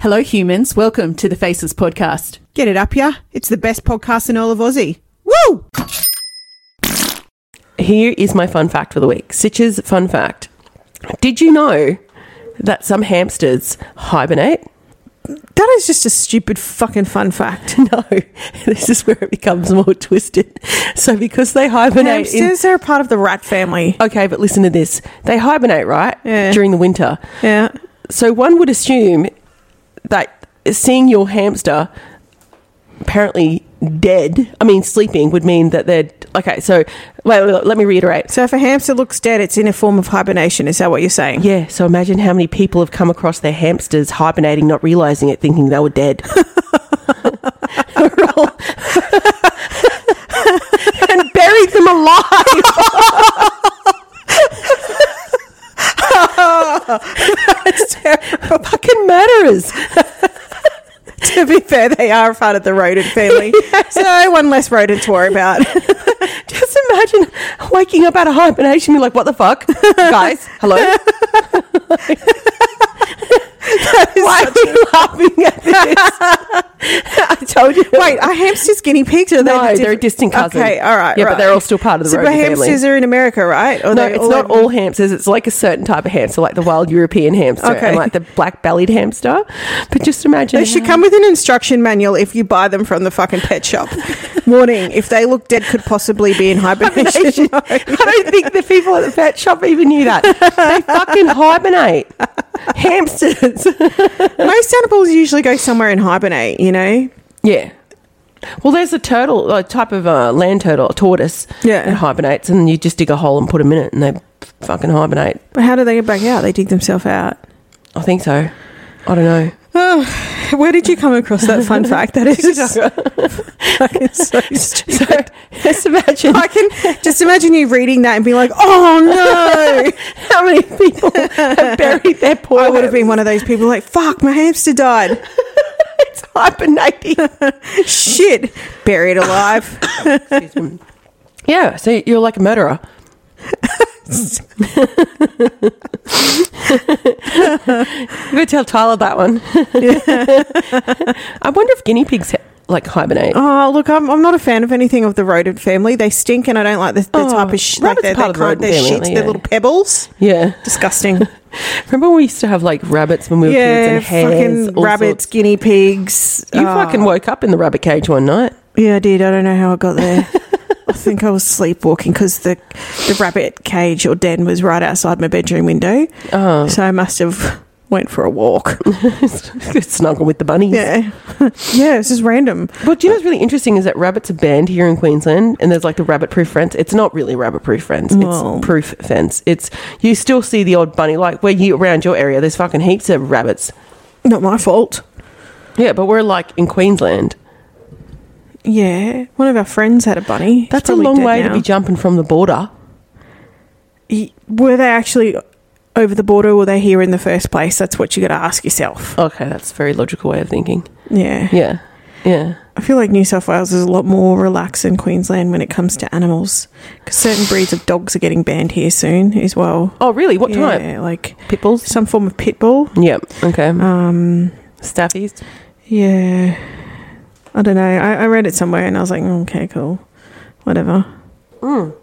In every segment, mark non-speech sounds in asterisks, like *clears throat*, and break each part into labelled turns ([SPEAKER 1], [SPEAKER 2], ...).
[SPEAKER 1] Hello, humans. Welcome to the Faces podcast.
[SPEAKER 2] Get it up, yeah? It's the best podcast in all of Aussie. Woo!
[SPEAKER 3] Here is my fun fact for the week. Sitch's fun fact. Did you know that some hamsters hibernate? *laughs*
[SPEAKER 2] That is just a stupid fucking fun fact.
[SPEAKER 3] No, this is where it becomes more twisted. So because they hibernate in-
[SPEAKER 2] Hamsters are a part of the rat family.
[SPEAKER 3] Okay, but listen to this. They hibernate, right?
[SPEAKER 2] Yeah.
[SPEAKER 3] During the winter.
[SPEAKER 2] Yeah.
[SPEAKER 3] So one would assume that seeing your hamster apparently dead, I mean sleeping would mean that they're Okay, so wait, wait, let me reiterate.
[SPEAKER 2] So if a hamster looks dead, it's in a form of hibernation. Is that what you're saying?
[SPEAKER 3] Yeah, so imagine how many people have come across their hamsters hibernating, not realizing it, thinking they were dead. We're all- *laughs* and buried them *laughs* alive. That's terrible. Fucking murderers.
[SPEAKER 2] *laughs* to be fair, they are a part of the rodent
[SPEAKER 3] *laughs*
[SPEAKER 2] family. So one less rodent to worry about.
[SPEAKER 3] Just imagine waking up out of hibernation, you're like, what the
[SPEAKER 2] *laughs*
[SPEAKER 3] fuck? Guys, *laughs* hello? Why are you laughing at this? *laughs* I told you.
[SPEAKER 2] Wait, are hamsters guinea pigs? Or are
[SPEAKER 3] No,
[SPEAKER 2] they
[SPEAKER 3] they're a distant cousin.
[SPEAKER 2] Okay, all right.
[SPEAKER 3] Yeah, but
[SPEAKER 2] right.
[SPEAKER 3] they're all still part of the
[SPEAKER 2] so, but
[SPEAKER 3] rodent family.
[SPEAKER 2] hamsters are in America, right? Or
[SPEAKER 3] No,
[SPEAKER 2] they're
[SPEAKER 3] it's not
[SPEAKER 2] over-
[SPEAKER 3] all hamsters. It's like a certain type of hamster, like the wild European hamster
[SPEAKER 2] Okay.
[SPEAKER 3] and like the black bellied hamster. But just imagine.
[SPEAKER 2] They should
[SPEAKER 3] how- *laughs*
[SPEAKER 2] come with an instruction manual if you buy them from the fucking pet *laughs* shop. Warning: If they look dead, could possibly be in hibernation.
[SPEAKER 3] I don't think the people at the pet shop even knew that. They fucking
[SPEAKER 2] *laughs*
[SPEAKER 3] hibernate. Hamsters.
[SPEAKER 2] *laughs* Most animals usually go somewhere and hibernate. You know,
[SPEAKER 3] Yeah. Well, there's a turtle, a type of uh, land turtle, a tortoise.
[SPEAKER 2] Yeah.
[SPEAKER 3] It hibernates, and you just dig a hole and put them in it, and they fucking hibernate.
[SPEAKER 2] but how do they get back out? They dig themselves out.
[SPEAKER 3] I think so. I don't
[SPEAKER 2] *laughs*
[SPEAKER 3] know.
[SPEAKER 2] Oh, where did you come across that fun *laughs* fact? That is just *laughs* fucking *laughs*
[SPEAKER 3] So,
[SPEAKER 2] so stupid.
[SPEAKER 3] just imagine
[SPEAKER 2] I can just imagine you reading that and being like, "Oh no!"
[SPEAKER 3] *laughs* how many people have buried their poor.
[SPEAKER 2] *laughs* I would have been one of those people like, "Fuck, my hamster *laughs* died.
[SPEAKER 3] It's hibernating.
[SPEAKER 2] Shit, buried alive."
[SPEAKER 3] yeah. So you're like a
[SPEAKER 2] *laughs*
[SPEAKER 3] murderer. you better tell Tyler that one. *laughs* I wonder if guinea pigs like hibernate.
[SPEAKER 2] Oh, look, I'm, I'm not a fan of anything of the rodent family. They stink, and I don't like the, the type of sh- like
[SPEAKER 3] Oh, rabbits
[SPEAKER 2] they're,
[SPEAKER 3] part of the
[SPEAKER 2] they
[SPEAKER 3] rodent
[SPEAKER 2] can't, they're
[SPEAKER 3] family,
[SPEAKER 2] shits,
[SPEAKER 3] aren't they?
[SPEAKER 2] they're
[SPEAKER 3] Yeah. *laughs*
[SPEAKER 2] little pebbles.
[SPEAKER 3] Yeah.
[SPEAKER 2] Disgusting.
[SPEAKER 3] Remember when we used to have like rabbits when we were kids
[SPEAKER 2] *laughs* yeah,
[SPEAKER 3] and hares,
[SPEAKER 2] fucking
[SPEAKER 3] all
[SPEAKER 2] rabbits,
[SPEAKER 3] sorts?
[SPEAKER 2] guinea pigs.
[SPEAKER 3] You
[SPEAKER 2] Oh.
[SPEAKER 3] fucking woke up in the rabbit cage one night. *laughs*
[SPEAKER 2] Yeah, I did. I don't know how I got there. I think I was sleepwalking because the the rabbit cage or den was right outside my bedroom window,
[SPEAKER 3] Oh,
[SPEAKER 2] so I must have went for a walk.
[SPEAKER 3] snuggle with the bunnies.
[SPEAKER 2] Yeah, *laughs* yeah, it's just random.
[SPEAKER 3] Well, do you know what's really interesting is that rabbits are banned here in Queensland, and there's like the rabbit-proof fence. It's not really rabbit-proof fence;
[SPEAKER 2] Well.
[SPEAKER 3] it's proof fence. It's you still see the odd bunny, like where you around your area. There's fucking heaps of rabbits.
[SPEAKER 2] Not my fault.
[SPEAKER 3] Yeah, but we're like in Queensland.
[SPEAKER 2] Yeah, one of our friends had a bunny. He's
[SPEAKER 3] That's a
[SPEAKER 2] probably
[SPEAKER 3] long
[SPEAKER 2] dead
[SPEAKER 3] way
[SPEAKER 2] now.
[SPEAKER 3] to be jumping from the border.
[SPEAKER 2] Y- were they actually over the border? Or were they here in the first place? That's what you got to ask yourself.
[SPEAKER 3] Okay, that's a very logical way of thinking.
[SPEAKER 2] Yeah.
[SPEAKER 3] Yeah, yeah.
[SPEAKER 2] I feel like New South Wales is a lot more relaxed than Queensland when it comes to animals because certain breeds of dogs are getting banned here soon as well.
[SPEAKER 3] Oh, really? What time?
[SPEAKER 2] Yeah, like
[SPEAKER 3] Pitbulls.
[SPEAKER 2] some form of pit bull.
[SPEAKER 3] Yeah. Okay.
[SPEAKER 2] Um,
[SPEAKER 3] Staffies.
[SPEAKER 2] yeah. I don't know. I, I read it somewhere and I was like, "Mm, okay, cool. Whatever.
[SPEAKER 3] Mm.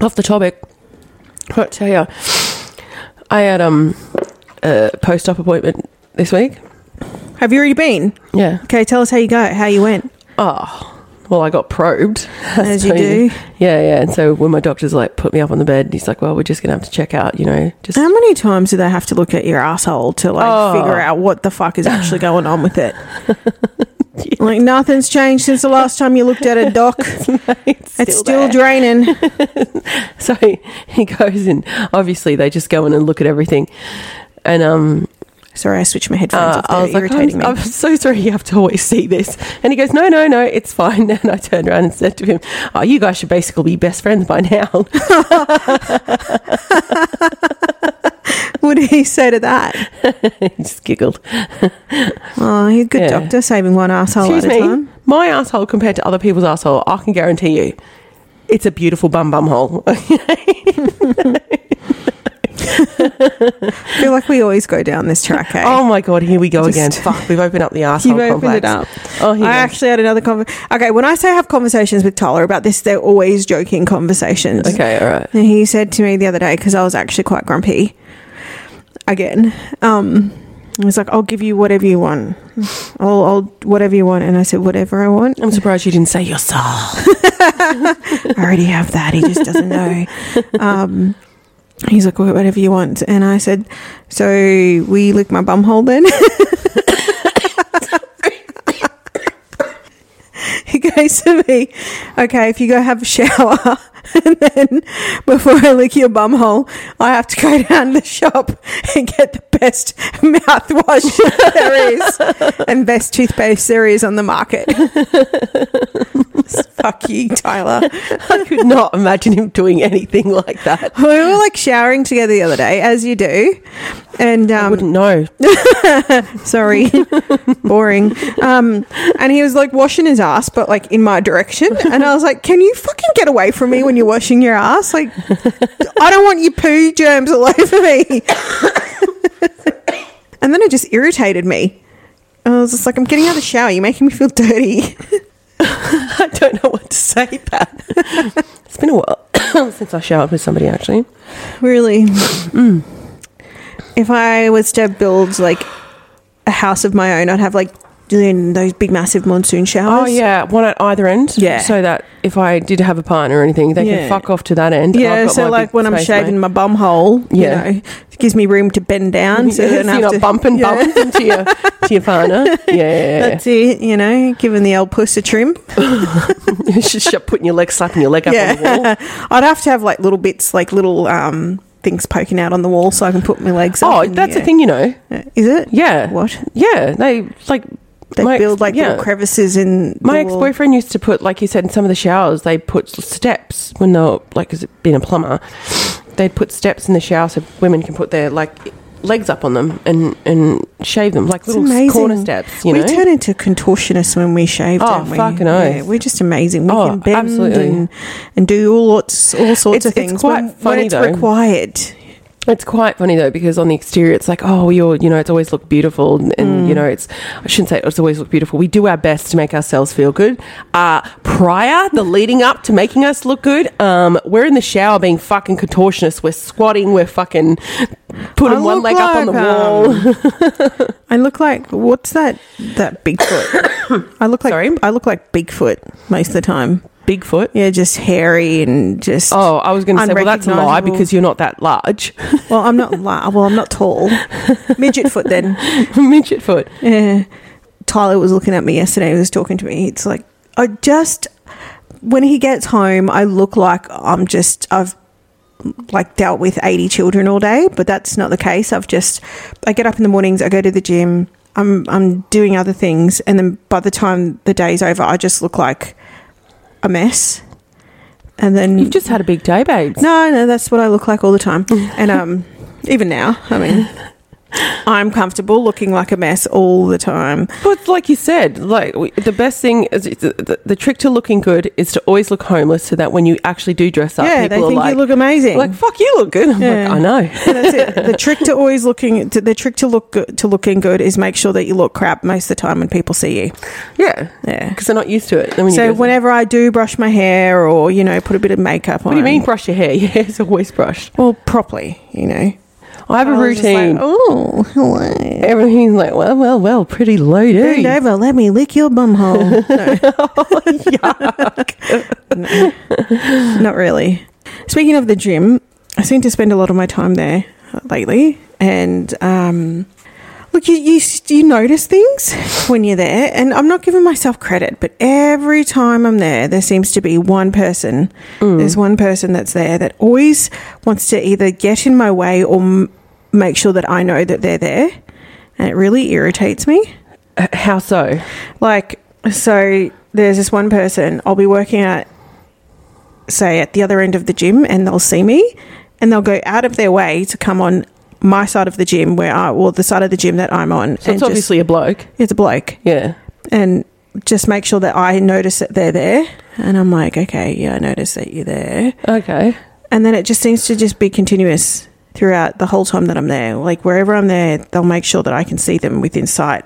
[SPEAKER 3] off the topic, I tell you, I had um a post op appointment this week.
[SPEAKER 2] Have you already been?
[SPEAKER 3] Yeah.
[SPEAKER 2] Okay, tell us how you go, how you went.
[SPEAKER 3] Oh, well, I got probed. *laughs*
[SPEAKER 2] As you do.
[SPEAKER 3] Yeah, yeah. And so when my doctor's like put me up on the bed, he's like, "Well, we're just gonna have to check out, you know, just."
[SPEAKER 2] How many times do they have to look at your asshole to like
[SPEAKER 3] Oh.
[SPEAKER 2] figure out what the fuck is actually going on
[SPEAKER 3] *laughs*
[SPEAKER 2] with it? like nothing's changed since the last time you looked at
[SPEAKER 3] *laughs*
[SPEAKER 2] it, doc.
[SPEAKER 3] *laughs* it's
[SPEAKER 2] It's
[SPEAKER 3] there.
[SPEAKER 2] still draining.
[SPEAKER 3] So he goes and obviously they just go in and look at everything, and um
[SPEAKER 2] Sorry, I switched my headphones
[SPEAKER 3] Uh,
[SPEAKER 2] off.
[SPEAKER 3] I was
[SPEAKER 2] They're
[SPEAKER 3] like, I'm,
[SPEAKER 2] irritating
[SPEAKER 3] I'm
[SPEAKER 2] me.
[SPEAKER 3] so sorry you have to always see this. And he goes, No, no, no, it's fine. *laughs* And I turned around and said to him, Oh, you guys should basically be best friends by now.
[SPEAKER 2] *laughs*
[SPEAKER 3] *laughs*
[SPEAKER 2] What did he say to that?
[SPEAKER 3] he just giggled.
[SPEAKER 2] Oh, he's a good
[SPEAKER 3] Yeah.
[SPEAKER 2] doctor, saving one asshole
[SPEAKER 3] Excuse
[SPEAKER 2] at a
[SPEAKER 3] me,
[SPEAKER 2] time.
[SPEAKER 3] my asshole compared to other people's asshole, I can guarantee you, *laughs* it's a beautiful bum bum hole.
[SPEAKER 2] I feel like we always go down this track. Eh?
[SPEAKER 3] Oh my god, here we go
[SPEAKER 2] Just-
[SPEAKER 3] again. *laughs* Fuck, we've opened up the asshole
[SPEAKER 2] You've opened
[SPEAKER 3] complex.
[SPEAKER 2] it up.
[SPEAKER 3] Oh, here
[SPEAKER 2] I
[SPEAKER 3] we go.
[SPEAKER 2] actually had another conversation. Okay, when I say have conversations with Tyler about this, they're always joking conversations.
[SPEAKER 3] Okay, all right.
[SPEAKER 2] And *laughs* he said to me the other day, because I was actually quite grumpy again, um, he was like, I'll give you whatever you want. I'll, I'll, whatever you want. And I said, whatever I want.
[SPEAKER 3] I'm surprised you didn't say your soul.
[SPEAKER 2] I already have that. He just doesn't know. Um, he's like, "Well, whatever you want. And I said, so we lick my bum hole then? *laughs* he goes to me, okay, if you go have a shower *laughs* and then before I lick your bum hole, I have to go *laughs* down to the shop and get the best mouthwash *laughs* there is and best toothpaste there is on the market. *laughs* Fuck you, Tyler.
[SPEAKER 3] *laughs* I could not imagine him doing anything like that.
[SPEAKER 2] We were like showering together the other day, as you do. And
[SPEAKER 3] I
[SPEAKER 2] um,
[SPEAKER 3] wouldn't know. *laughs*
[SPEAKER 2] sorry, boring. Um, and he was like washing his ass, but like in my direction. And I was like, "Can you fucking get away from me when you're washing your ass? Like, I don't want your poo germs all *laughs* over me." and then it just irritated me. I was just like, "I'm getting out of the shower. You're making me feel dirty." *laughs*
[SPEAKER 3] I don't know what to say, Pat. *laughs* it's been a
[SPEAKER 2] *coughs*
[SPEAKER 3] while since I showered with somebody, actually.
[SPEAKER 2] Really? Mm. If I was to build like a house of my own, I'd have like doing those big massive monsoon showers.
[SPEAKER 3] Oh, yeah. One at either end.
[SPEAKER 2] Yeah.
[SPEAKER 3] So that if I did have a partner or anything, they can
[SPEAKER 2] Yeah.
[SPEAKER 3] fuck off to that end. I've
[SPEAKER 2] Yeah,
[SPEAKER 3] got
[SPEAKER 2] so
[SPEAKER 3] my
[SPEAKER 2] like
[SPEAKER 3] big
[SPEAKER 2] when I'm
[SPEAKER 3] space,
[SPEAKER 2] shaving
[SPEAKER 3] mate.
[SPEAKER 2] my bum hole,
[SPEAKER 3] Yeah.
[SPEAKER 2] you know, it gives me room to bend
[SPEAKER 3] *laughs*
[SPEAKER 2] down. So *laughs*
[SPEAKER 3] Yeah,
[SPEAKER 2] then I
[SPEAKER 3] you're
[SPEAKER 2] have
[SPEAKER 3] not
[SPEAKER 2] to,
[SPEAKER 3] bumping
[SPEAKER 2] Yeah.
[SPEAKER 3] bums into your, to your partner. Yeah, Yeah.
[SPEAKER 2] *laughs*
[SPEAKER 3] *laughs*
[SPEAKER 2] That's it, you know, giving the old puss a trim.
[SPEAKER 3] yeah. It's just shut- putting your leg, slapping your leg up on the
[SPEAKER 2] *laughs*
[SPEAKER 3] wall.
[SPEAKER 2] Yeah. I'd have to have like little bits, like little um, things poking out on the wall so I can put my legs up.
[SPEAKER 3] Oh,
[SPEAKER 2] and,
[SPEAKER 3] that's
[SPEAKER 2] yeah.
[SPEAKER 3] the thing, you know.
[SPEAKER 2] Is it?
[SPEAKER 3] Yeah.
[SPEAKER 2] What?
[SPEAKER 3] Yeah. They like.
[SPEAKER 2] They
[SPEAKER 3] my ex-
[SPEAKER 2] build like
[SPEAKER 3] yeah.
[SPEAKER 2] little crevices in the
[SPEAKER 3] My ex
[SPEAKER 2] wall.
[SPEAKER 3] boyfriend used to put, like you said, in some of the showers, they put steps when they're, like, 'cause it being a plumber, they'd put steps in the shower so women can put their, like, legs up on them and, and shave them, like
[SPEAKER 2] It's
[SPEAKER 3] little
[SPEAKER 2] amazing.
[SPEAKER 3] corner steps, you
[SPEAKER 2] we
[SPEAKER 3] know?
[SPEAKER 2] turn into contortionists when we shave.
[SPEAKER 3] Oh,
[SPEAKER 2] don't we?
[SPEAKER 3] fucking oath.
[SPEAKER 2] Yeah, we're just amazing. We
[SPEAKER 3] Oh,
[SPEAKER 2] can bend
[SPEAKER 3] absolutely.
[SPEAKER 2] and and do all sorts all
[SPEAKER 3] It's-
[SPEAKER 2] sorts of
[SPEAKER 3] it's
[SPEAKER 2] things.
[SPEAKER 3] quite
[SPEAKER 2] when, when
[SPEAKER 3] funny,
[SPEAKER 2] it's
[SPEAKER 3] though.
[SPEAKER 2] required.
[SPEAKER 3] It's quite funny though because on the exterior it's like oh you're you know it's always looked beautiful and, and you know it's I shouldn't say it's always looked beautiful we do our best to make ourselves feel good uh, prior the leading up to making us look good um, we're in the shower being fucking contortionists we're squatting we're fucking putting
[SPEAKER 2] I
[SPEAKER 3] one
[SPEAKER 2] look
[SPEAKER 3] leg up on the
[SPEAKER 2] like,
[SPEAKER 3] wall *laughs*
[SPEAKER 2] I look like what's that that Bigfoot? I look like
[SPEAKER 3] Sorry?
[SPEAKER 2] I look like Bigfoot most of the time.
[SPEAKER 3] Bigfoot
[SPEAKER 2] Yeah, just hairy and just.
[SPEAKER 3] oh I was going to say well that's a lie
[SPEAKER 2] Unrecognisable.
[SPEAKER 3] because you're not that large *laughs*
[SPEAKER 2] Well, I'm not. La- well, I'm not tall. Midget foot then.
[SPEAKER 3] midget foot
[SPEAKER 2] Yeah. Uh, Tyler was looking at me yesterday. He was talking to me. It's like, I just, when he gets home, I look like I'm just, I've like dealt with 80 children all day, but that's not the case. I've just, I get up in the mornings, I go to the gym, I'm, I'm doing other things. And then by the time the day's over, I just look like a mess. And then
[SPEAKER 3] you've just had a big day babe
[SPEAKER 2] no, no, that's what I look like all the time. And um, even now, I mean, I'm comfortable looking like a mess all the time.
[SPEAKER 3] But like you said, like we, the best thing is is the, the, the trick to looking good is to always look homeless, so that when you actually do dress up,
[SPEAKER 2] yeah,
[SPEAKER 3] people
[SPEAKER 2] they
[SPEAKER 3] are
[SPEAKER 2] think
[SPEAKER 3] like,
[SPEAKER 2] you look amazing.
[SPEAKER 3] like fuck, you look good. I'm
[SPEAKER 2] Yeah.
[SPEAKER 3] like, I know.
[SPEAKER 2] And *laughs* that's it. The trick to always looking to, the trick to look good, to looking good is make sure that you look crap most of the time when people see you.
[SPEAKER 3] Yeah,
[SPEAKER 2] Yeah.
[SPEAKER 3] because they're not used to it. Then when you
[SPEAKER 2] So
[SPEAKER 3] go-
[SPEAKER 2] whenever I do brush my hair or you know put a bit of makeup on,
[SPEAKER 3] what do you mean brush your hair? *laughs* Your hair's always brushed.
[SPEAKER 2] Well, properly, you know.
[SPEAKER 3] I have a
[SPEAKER 2] was just
[SPEAKER 3] routine.
[SPEAKER 2] Like, oh,
[SPEAKER 3] *laughs*
[SPEAKER 2] hello.
[SPEAKER 3] Everything's like, well, well, well, pretty lady.
[SPEAKER 2] Bend over, let me lick your bum hole. *laughs* No. No. *laughs* Not really. Speaking of the gym, I seem to spend a lot of my time there lately. And um, look, you, you, you notice things when you're there. And I'm not giving myself credit, but every time I'm there, there seems to be one person. There's one person that's there that always wants to either get in my way or m- make sure that I know that they're there. And it really irritates me.
[SPEAKER 3] H- How so?
[SPEAKER 2] Like, so there's this one person I'll be working at, say, at the other end of the gym, and they'll see me and they'll go out of their way to come on my side of the gym where I, or the side of the gym that I'm on.
[SPEAKER 3] So it's
[SPEAKER 2] just-
[SPEAKER 3] obviously a bloke.
[SPEAKER 2] it's a bloke
[SPEAKER 3] Yeah.
[SPEAKER 2] and just make sure that I notice that they're there. And I'm like, okay, yeah, I notice that you're there.
[SPEAKER 3] Okay.
[SPEAKER 2] And then it just seems to just be continuous. throughout the whole time that I'm there. Like wherever I'm there, they'll make sure that I can see them within sight.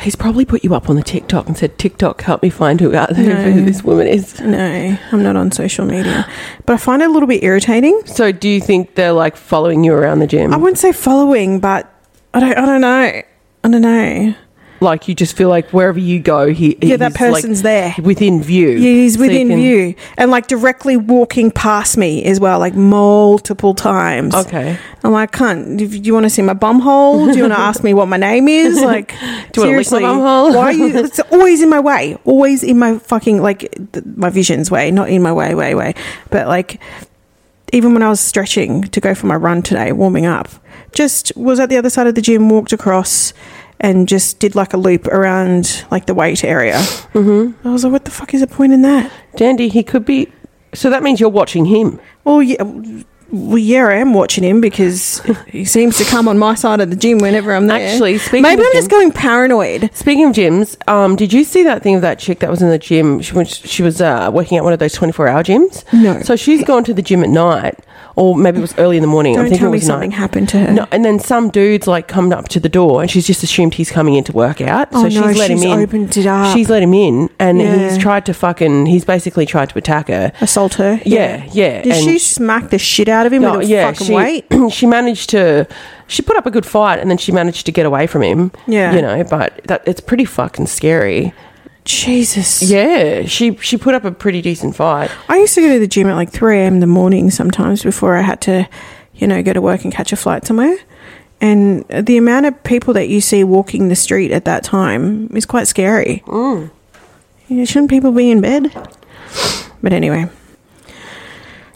[SPEAKER 3] He's probably put you up on the TikTok and said, TikTok, help me find *laughs* who, out
[SPEAKER 2] No.
[SPEAKER 3] who this woman is.
[SPEAKER 2] No, I'm not on social media, but I find it a little bit irritating.
[SPEAKER 3] So do you think they're like following you around the gym?
[SPEAKER 2] I wouldn't say following, but I don't. I don't know. I don't know.
[SPEAKER 3] like you just feel like wherever you go, he
[SPEAKER 2] yeah, that
[SPEAKER 3] he's, like,
[SPEAKER 2] person's there.
[SPEAKER 3] within view.
[SPEAKER 2] Yeah, he's
[SPEAKER 3] So you
[SPEAKER 2] within
[SPEAKER 3] can-
[SPEAKER 2] view and like directly walking past me as well, like multiple times.
[SPEAKER 3] Okay.
[SPEAKER 2] I'm like, cunt, do you want to see my bum hole? Do you want to ask me what my
[SPEAKER 3] *laughs*
[SPEAKER 2] name is? Like,
[SPEAKER 3] Do you wanna lick my
[SPEAKER 2] seriously,
[SPEAKER 3] bum hole?
[SPEAKER 2] why
[SPEAKER 3] *laughs*
[SPEAKER 2] are you? It's always in my way. Always in my fucking like th- my vision's way, not in my way, way, way. But like, even when I was stretching to go for my run today, warming up, just was at the other side of the gym, walked across, and just did like a loop around like the weight area. Mm-hmm. I was like, what the fuck is the point in that?
[SPEAKER 3] Dandy, he could be. So that means you're watching him.
[SPEAKER 2] Well, yeah. w- Well, yeah, I am watching him because he seems to come on my side of the gym whenever I'm there.
[SPEAKER 3] Actually, speaking
[SPEAKER 2] maybe
[SPEAKER 3] of
[SPEAKER 2] I'm
[SPEAKER 3] gyms-
[SPEAKER 2] just going paranoid.
[SPEAKER 3] Speaking of gyms, um, did you see that thing of that chick that was in the gym? She was, she was uh, working at one of those 24 hour gyms.
[SPEAKER 2] No.
[SPEAKER 3] So she's gone to the gym at night, or maybe it was early in the morning. I'm
[SPEAKER 2] Don't
[SPEAKER 3] thinking
[SPEAKER 2] tell
[SPEAKER 3] it
[SPEAKER 2] me
[SPEAKER 3] was
[SPEAKER 2] something
[SPEAKER 3] night.
[SPEAKER 2] happened to her.
[SPEAKER 3] No, and then some dude's like come up to the door, and she's just assumed he's coming in to work out.
[SPEAKER 2] oh
[SPEAKER 3] so she's
[SPEAKER 2] no,
[SPEAKER 3] let
[SPEAKER 2] she's
[SPEAKER 3] him in.
[SPEAKER 2] opened it up.
[SPEAKER 3] She's let him in, and
[SPEAKER 2] Yeah.
[SPEAKER 3] he's tried to fucking. He's basically tried to attack her.
[SPEAKER 2] assault her.
[SPEAKER 3] Yeah, yeah.
[SPEAKER 2] Did
[SPEAKER 3] and
[SPEAKER 2] she smack the shit out of him
[SPEAKER 3] No,
[SPEAKER 2] with a
[SPEAKER 3] yeah,
[SPEAKER 2] fucking
[SPEAKER 3] she,
[SPEAKER 2] weight?
[SPEAKER 3] *clears throat* she managed to. She put up a good fight, and then she managed to get away from him.
[SPEAKER 2] Yeah.
[SPEAKER 3] you know, but that it's pretty fucking scary.
[SPEAKER 2] Jesus.
[SPEAKER 3] Yeah, she she put up a pretty decent fight.
[SPEAKER 2] I used to go to the gym at like 3 a.m. in the morning sometimes before I had to, you know, go to work and catch a flight somewhere. And the amount of people that you see walking the street at that time is quite scary.
[SPEAKER 3] Mm.
[SPEAKER 2] Yeah, shouldn't people be in bed? But anyway,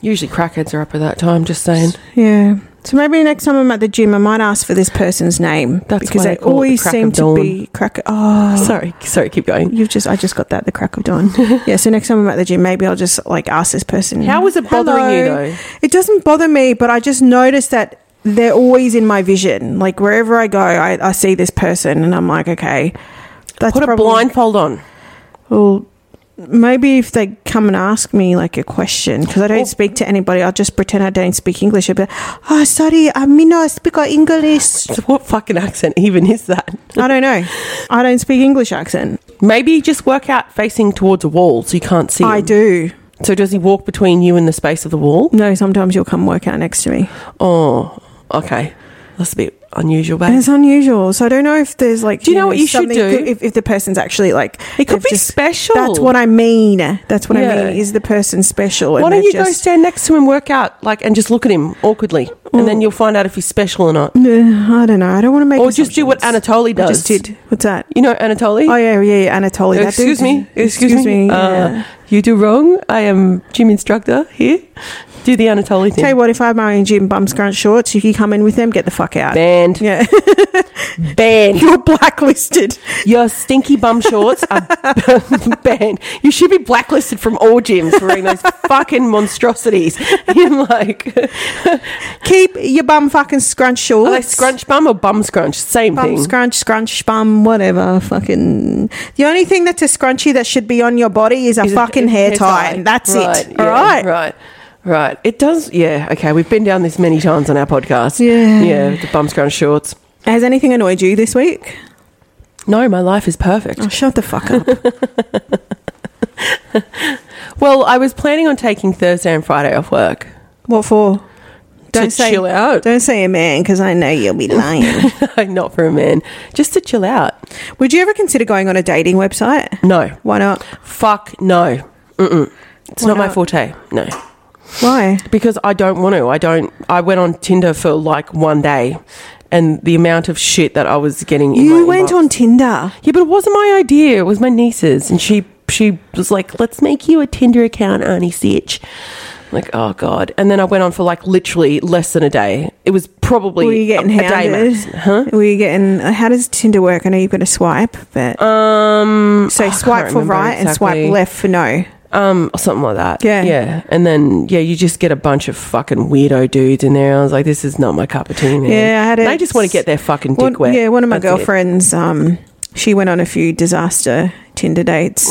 [SPEAKER 3] Usually crackheads are up at that time. Just saying.
[SPEAKER 2] yeah. So maybe next time I'm at the gym, I might ask for this person's name
[SPEAKER 3] That's
[SPEAKER 2] because
[SPEAKER 3] why they
[SPEAKER 2] they,
[SPEAKER 3] call it the
[SPEAKER 2] always
[SPEAKER 3] crack
[SPEAKER 2] seem
[SPEAKER 3] of
[SPEAKER 2] to
[SPEAKER 3] dawn.
[SPEAKER 2] be crack. Oh,
[SPEAKER 3] Sorry, sorry. Keep going.
[SPEAKER 2] You've just, I just got that, the crack of
[SPEAKER 3] *laughs*
[SPEAKER 2] dawn. yeah, so next time I'm at the gym, maybe I'll just like ask this person.
[SPEAKER 3] How is it bothering you
[SPEAKER 2] "Hello."
[SPEAKER 3] though?
[SPEAKER 2] It doesn't bother me, but I just notice that they're always in my vision. Like wherever I go, I, I see this person and I'm like, okay, that's
[SPEAKER 3] Put a
[SPEAKER 2] probably-
[SPEAKER 3] blindfold on.
[SPEAKER 2] Well, maybe if they come and ask me like a question, because I don't
[SPEAKER 3] Well-
[SPEAKER 2] speak to anybody, I'll just pretend I don't speak English. I'll be like, oh, sorry, I mean, I speak English.
[SPEAKER 3] So what fucking accent even is that?
[SPEAKER 2] I don't know. I don't speak English accent.
[SPEAKER 3] Maybe just work out facing towards a wall so you can't see.
[SPEAKER 2] I
[SPEAKER 3] him.
[SPEAKER 2] do.
[SPEAKER 3] So does he walk between you and the space of the wall?
[SPEAKER 2] No, sometimes you'll come work out next to me.
[SPEAKER 3] Oh, okay. That's a bit unusual,
[SPEAKER 2] And
[SPEAKER 3] babe.
[SPEAKER 2] it's unusual. So I don't know if there's like.
[SPEAKER 3] Do you know what you should
[SPEAKER 2] something-
[SPEAKER 3] do?
[SPEAKER 2] If, if the person's actually like.
[SPEAKER 3] It could
[SPEAKER 2] they've
[SPEAKER 3] be
[SPEAKER 2] just-
[SPEAKER 3] special.
[SPEAKER 2] That's what I mean. That's what
[SPEAKER 3] Yeah.
[SPEAKER 2] I mean. Is the person special?
[SPEAKER 3] Why
[SPEAKER 2] and
[SPEAKER 3] don't
[SPEAKER 2] they've
[SPEAKER 3] you go stand next to him, work out, like, and just look at him awkwardly, and
[SPEAKER 2] Mm.
[SPEAKER 3] then you'll find out if he's special or not.
[SPEAKER 2] Nah, I don't know. I don't want to make.
[SPEAKER 3] Or just do what
[SPEAKER 2] assumptions.
[SPEAKER 3] Anatoly
[SPEAKER 2] I
[SPEAKER 3] does.
[SPEAKER 2] just did. What's that?
[SPEAKER 3] You know Anatoly?
[SPEAKER 2] Oh yeah, yeah, yeah Anatoly. that
[SPEAKER 3] excuse
[SPEAKER 2] dude-
[SPEAKER 3] me. Excuse, me.
[SPEAKER 2] yeah.
[SPEAKER 3] Uh, you do wrong. I am gym instructor here. Do the Anatoly
[SPEAKER 2] Tell you
[SPEAKER 3] thing.
[SPEAKER 2] what, if I had my own gym bum scrunch shorts, if you come in with them, get the fuck out.
[SPEAKER 3] Banned.
[SPEAKER 2] Yeah, *laughs*
[SPEAKER 3] Banned.
[SPEAKER 2] you're blacklisted.
[SPEAKER 3] Your stinky bum shorts are *laughs* banned. You should be blacklisted from all gyms for wearing
[SPEAKER 2] *laughs*
[SPEAKER 3] those fucking monstrosities. *laughs* You're like,
[SPEAKER 2] Keep your bum fucking scrunch shorts.
[SPEAKER 3] are they scrunch bum or bum scrunch? Same
[SPEAKER 2] Bum
[SPEAKER 3] thing.
[SPEAKER 2] scrunch, scrunch, bum, whatever. Fucking. The only thing that's a scrunchie that should be on your body is a
[SPEAKER 3] Is it-
[SPEAKER 2] fucking
[SPEAKER 3] it's
[SPEAKER 2] hair, tie. and That's
[SPEAKER 3] Right,
[SPEAKER 2] it.
[SPEAKER 3] yeah,
[SPEAKER 2] All right.
[SPEAKER 3] Right. Right. It does. Yeah. Okay. We've been down this many times on our podcast.
[SPEAKER 2] Yeah.
[SPEAKER 3] Yeah. The bum scrunch shorts.
[SPEAKER 2] Has anything annoyed you this week?
[SPEAKER 3] No, my life is perfect.
[SPEAKER 2] Oh, shut the fuck
[SPEAKER 3] *laughs*
[SPEAKER 2] up.
[SPEAKER 3] Well, I was planning on taking Thursday and Friday off work.
[SPEAKER 2] what for?
[SPEAKER 3] to chill out.
[SPEAKER 2] Don't say a man because I
[SPEAKER 3] *laughs*
[SPEAKER 2] know you'll be lying.
[SPEAKER 3] Not for a man. Just to chill out.
[SPEAKER 2] Would you ever consider going on a dating website?
[SPEAKER 3] No.
[SPEAKER 2] Why not?
[SPEAKER 3] Fuck no. Mm-mm. It's
[SPEAKER 2] Why
[SPEAKER 3] not, my
[SPEAKER 2] not?
[SPEAKER 3] forte. No.
[SPEAKER 2] Why?
[SPEAKER 3] Because I don't want to. I don't. I went on Tinder for like one day and the amount of shit that I was getting in Oh my
[SPEAKER 2] You went
[SPEAKER 3] inbox-
[SPEAKER 2] on Tinder.
[SPEAKER 3] Yeah, but it wasn't my idea. It was my niece's, and she she was like, "Let's make you a Tinder account, Arnie Sitch." I'm like, oh god! And then I went on for like literally less than a day. It was probably
[SPEAKER 2] Were you getting
[SPEAKER 3] a, a day
[SPEAKER 2] hounded?
[SPEAKER 3] max. Huh?
[SPEAKER 2] Were you getting? uh, How does Tinder work? I know you've got to swipe, but
[SPEAKER 3] Um, oh, I
[SPEAKER 2] so
[SPEAKER 3] can't
[SPEAKER 2] swipe for
[SPEAKER 3] remember
[SPEAKER 2] right and
[SPEAKER 3] exactly.
[SPEAKER 2] swipe left for no.
[SPEAKER 3] um, or something like that.
[SPEAKER 2] Yeah.
[SPEAKER 3] yeah. And then yeah, you just get a bunch of fucking weirdo dudes in there. I was like, this is not my cup of tea, man.
[SPEAKER 2] Yeah, I had
[SPEAKER 3] They
[SPEAKER 2] it.
[SPEAKER 3] just want to get their fucking dick
[SPEAKER 2] One-
[SPEAKER 3] wet.
[SPEAKER 2] Yeah, one of my
[SPEAKER 3] That's it. Mm.
[SPEAKER 2] girlfriends, um, she went on a few disaster Tinder dates.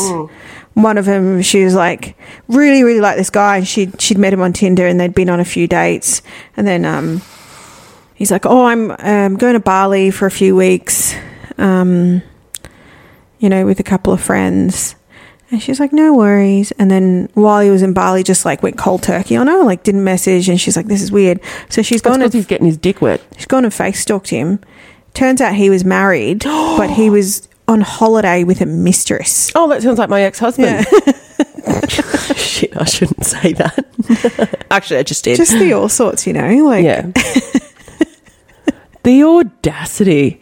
[SPEAKER 2] one of them, she was like really, really like this guy, and she she'd met him on Tinder, and they'd been on a few dates, and then um, he's like, "Oh, I'm um, going to Bali for a few weeks, um, you know, with a couple of friends." And she's like, no worries. And then while he was in Bali, just like went cold turkey on her, like didn't message. And she's like, this is weird. So she's
[SPEAKER 3] That's
[SPEAKER 2] gone
[SPEAKER 3] because
[SPEAKER 2] and
[SPEAKER 3] he's getting his dick wet.
[SPEAKER 2] She's gone and face stalked him. Turns out he was married, but he was on holiday with a mistress.
[SPEAKER 3] Oh, that sounds like my ex husband. *laughs* Shit, I shouldn't say that.
[SPEAKER 2] *laughs*
[SPEAKER 3] Actually, I just did.
[SPEAKER 2] Just the all sorts, you know? Like,
[SPEAKER 3] yeah. the audacity.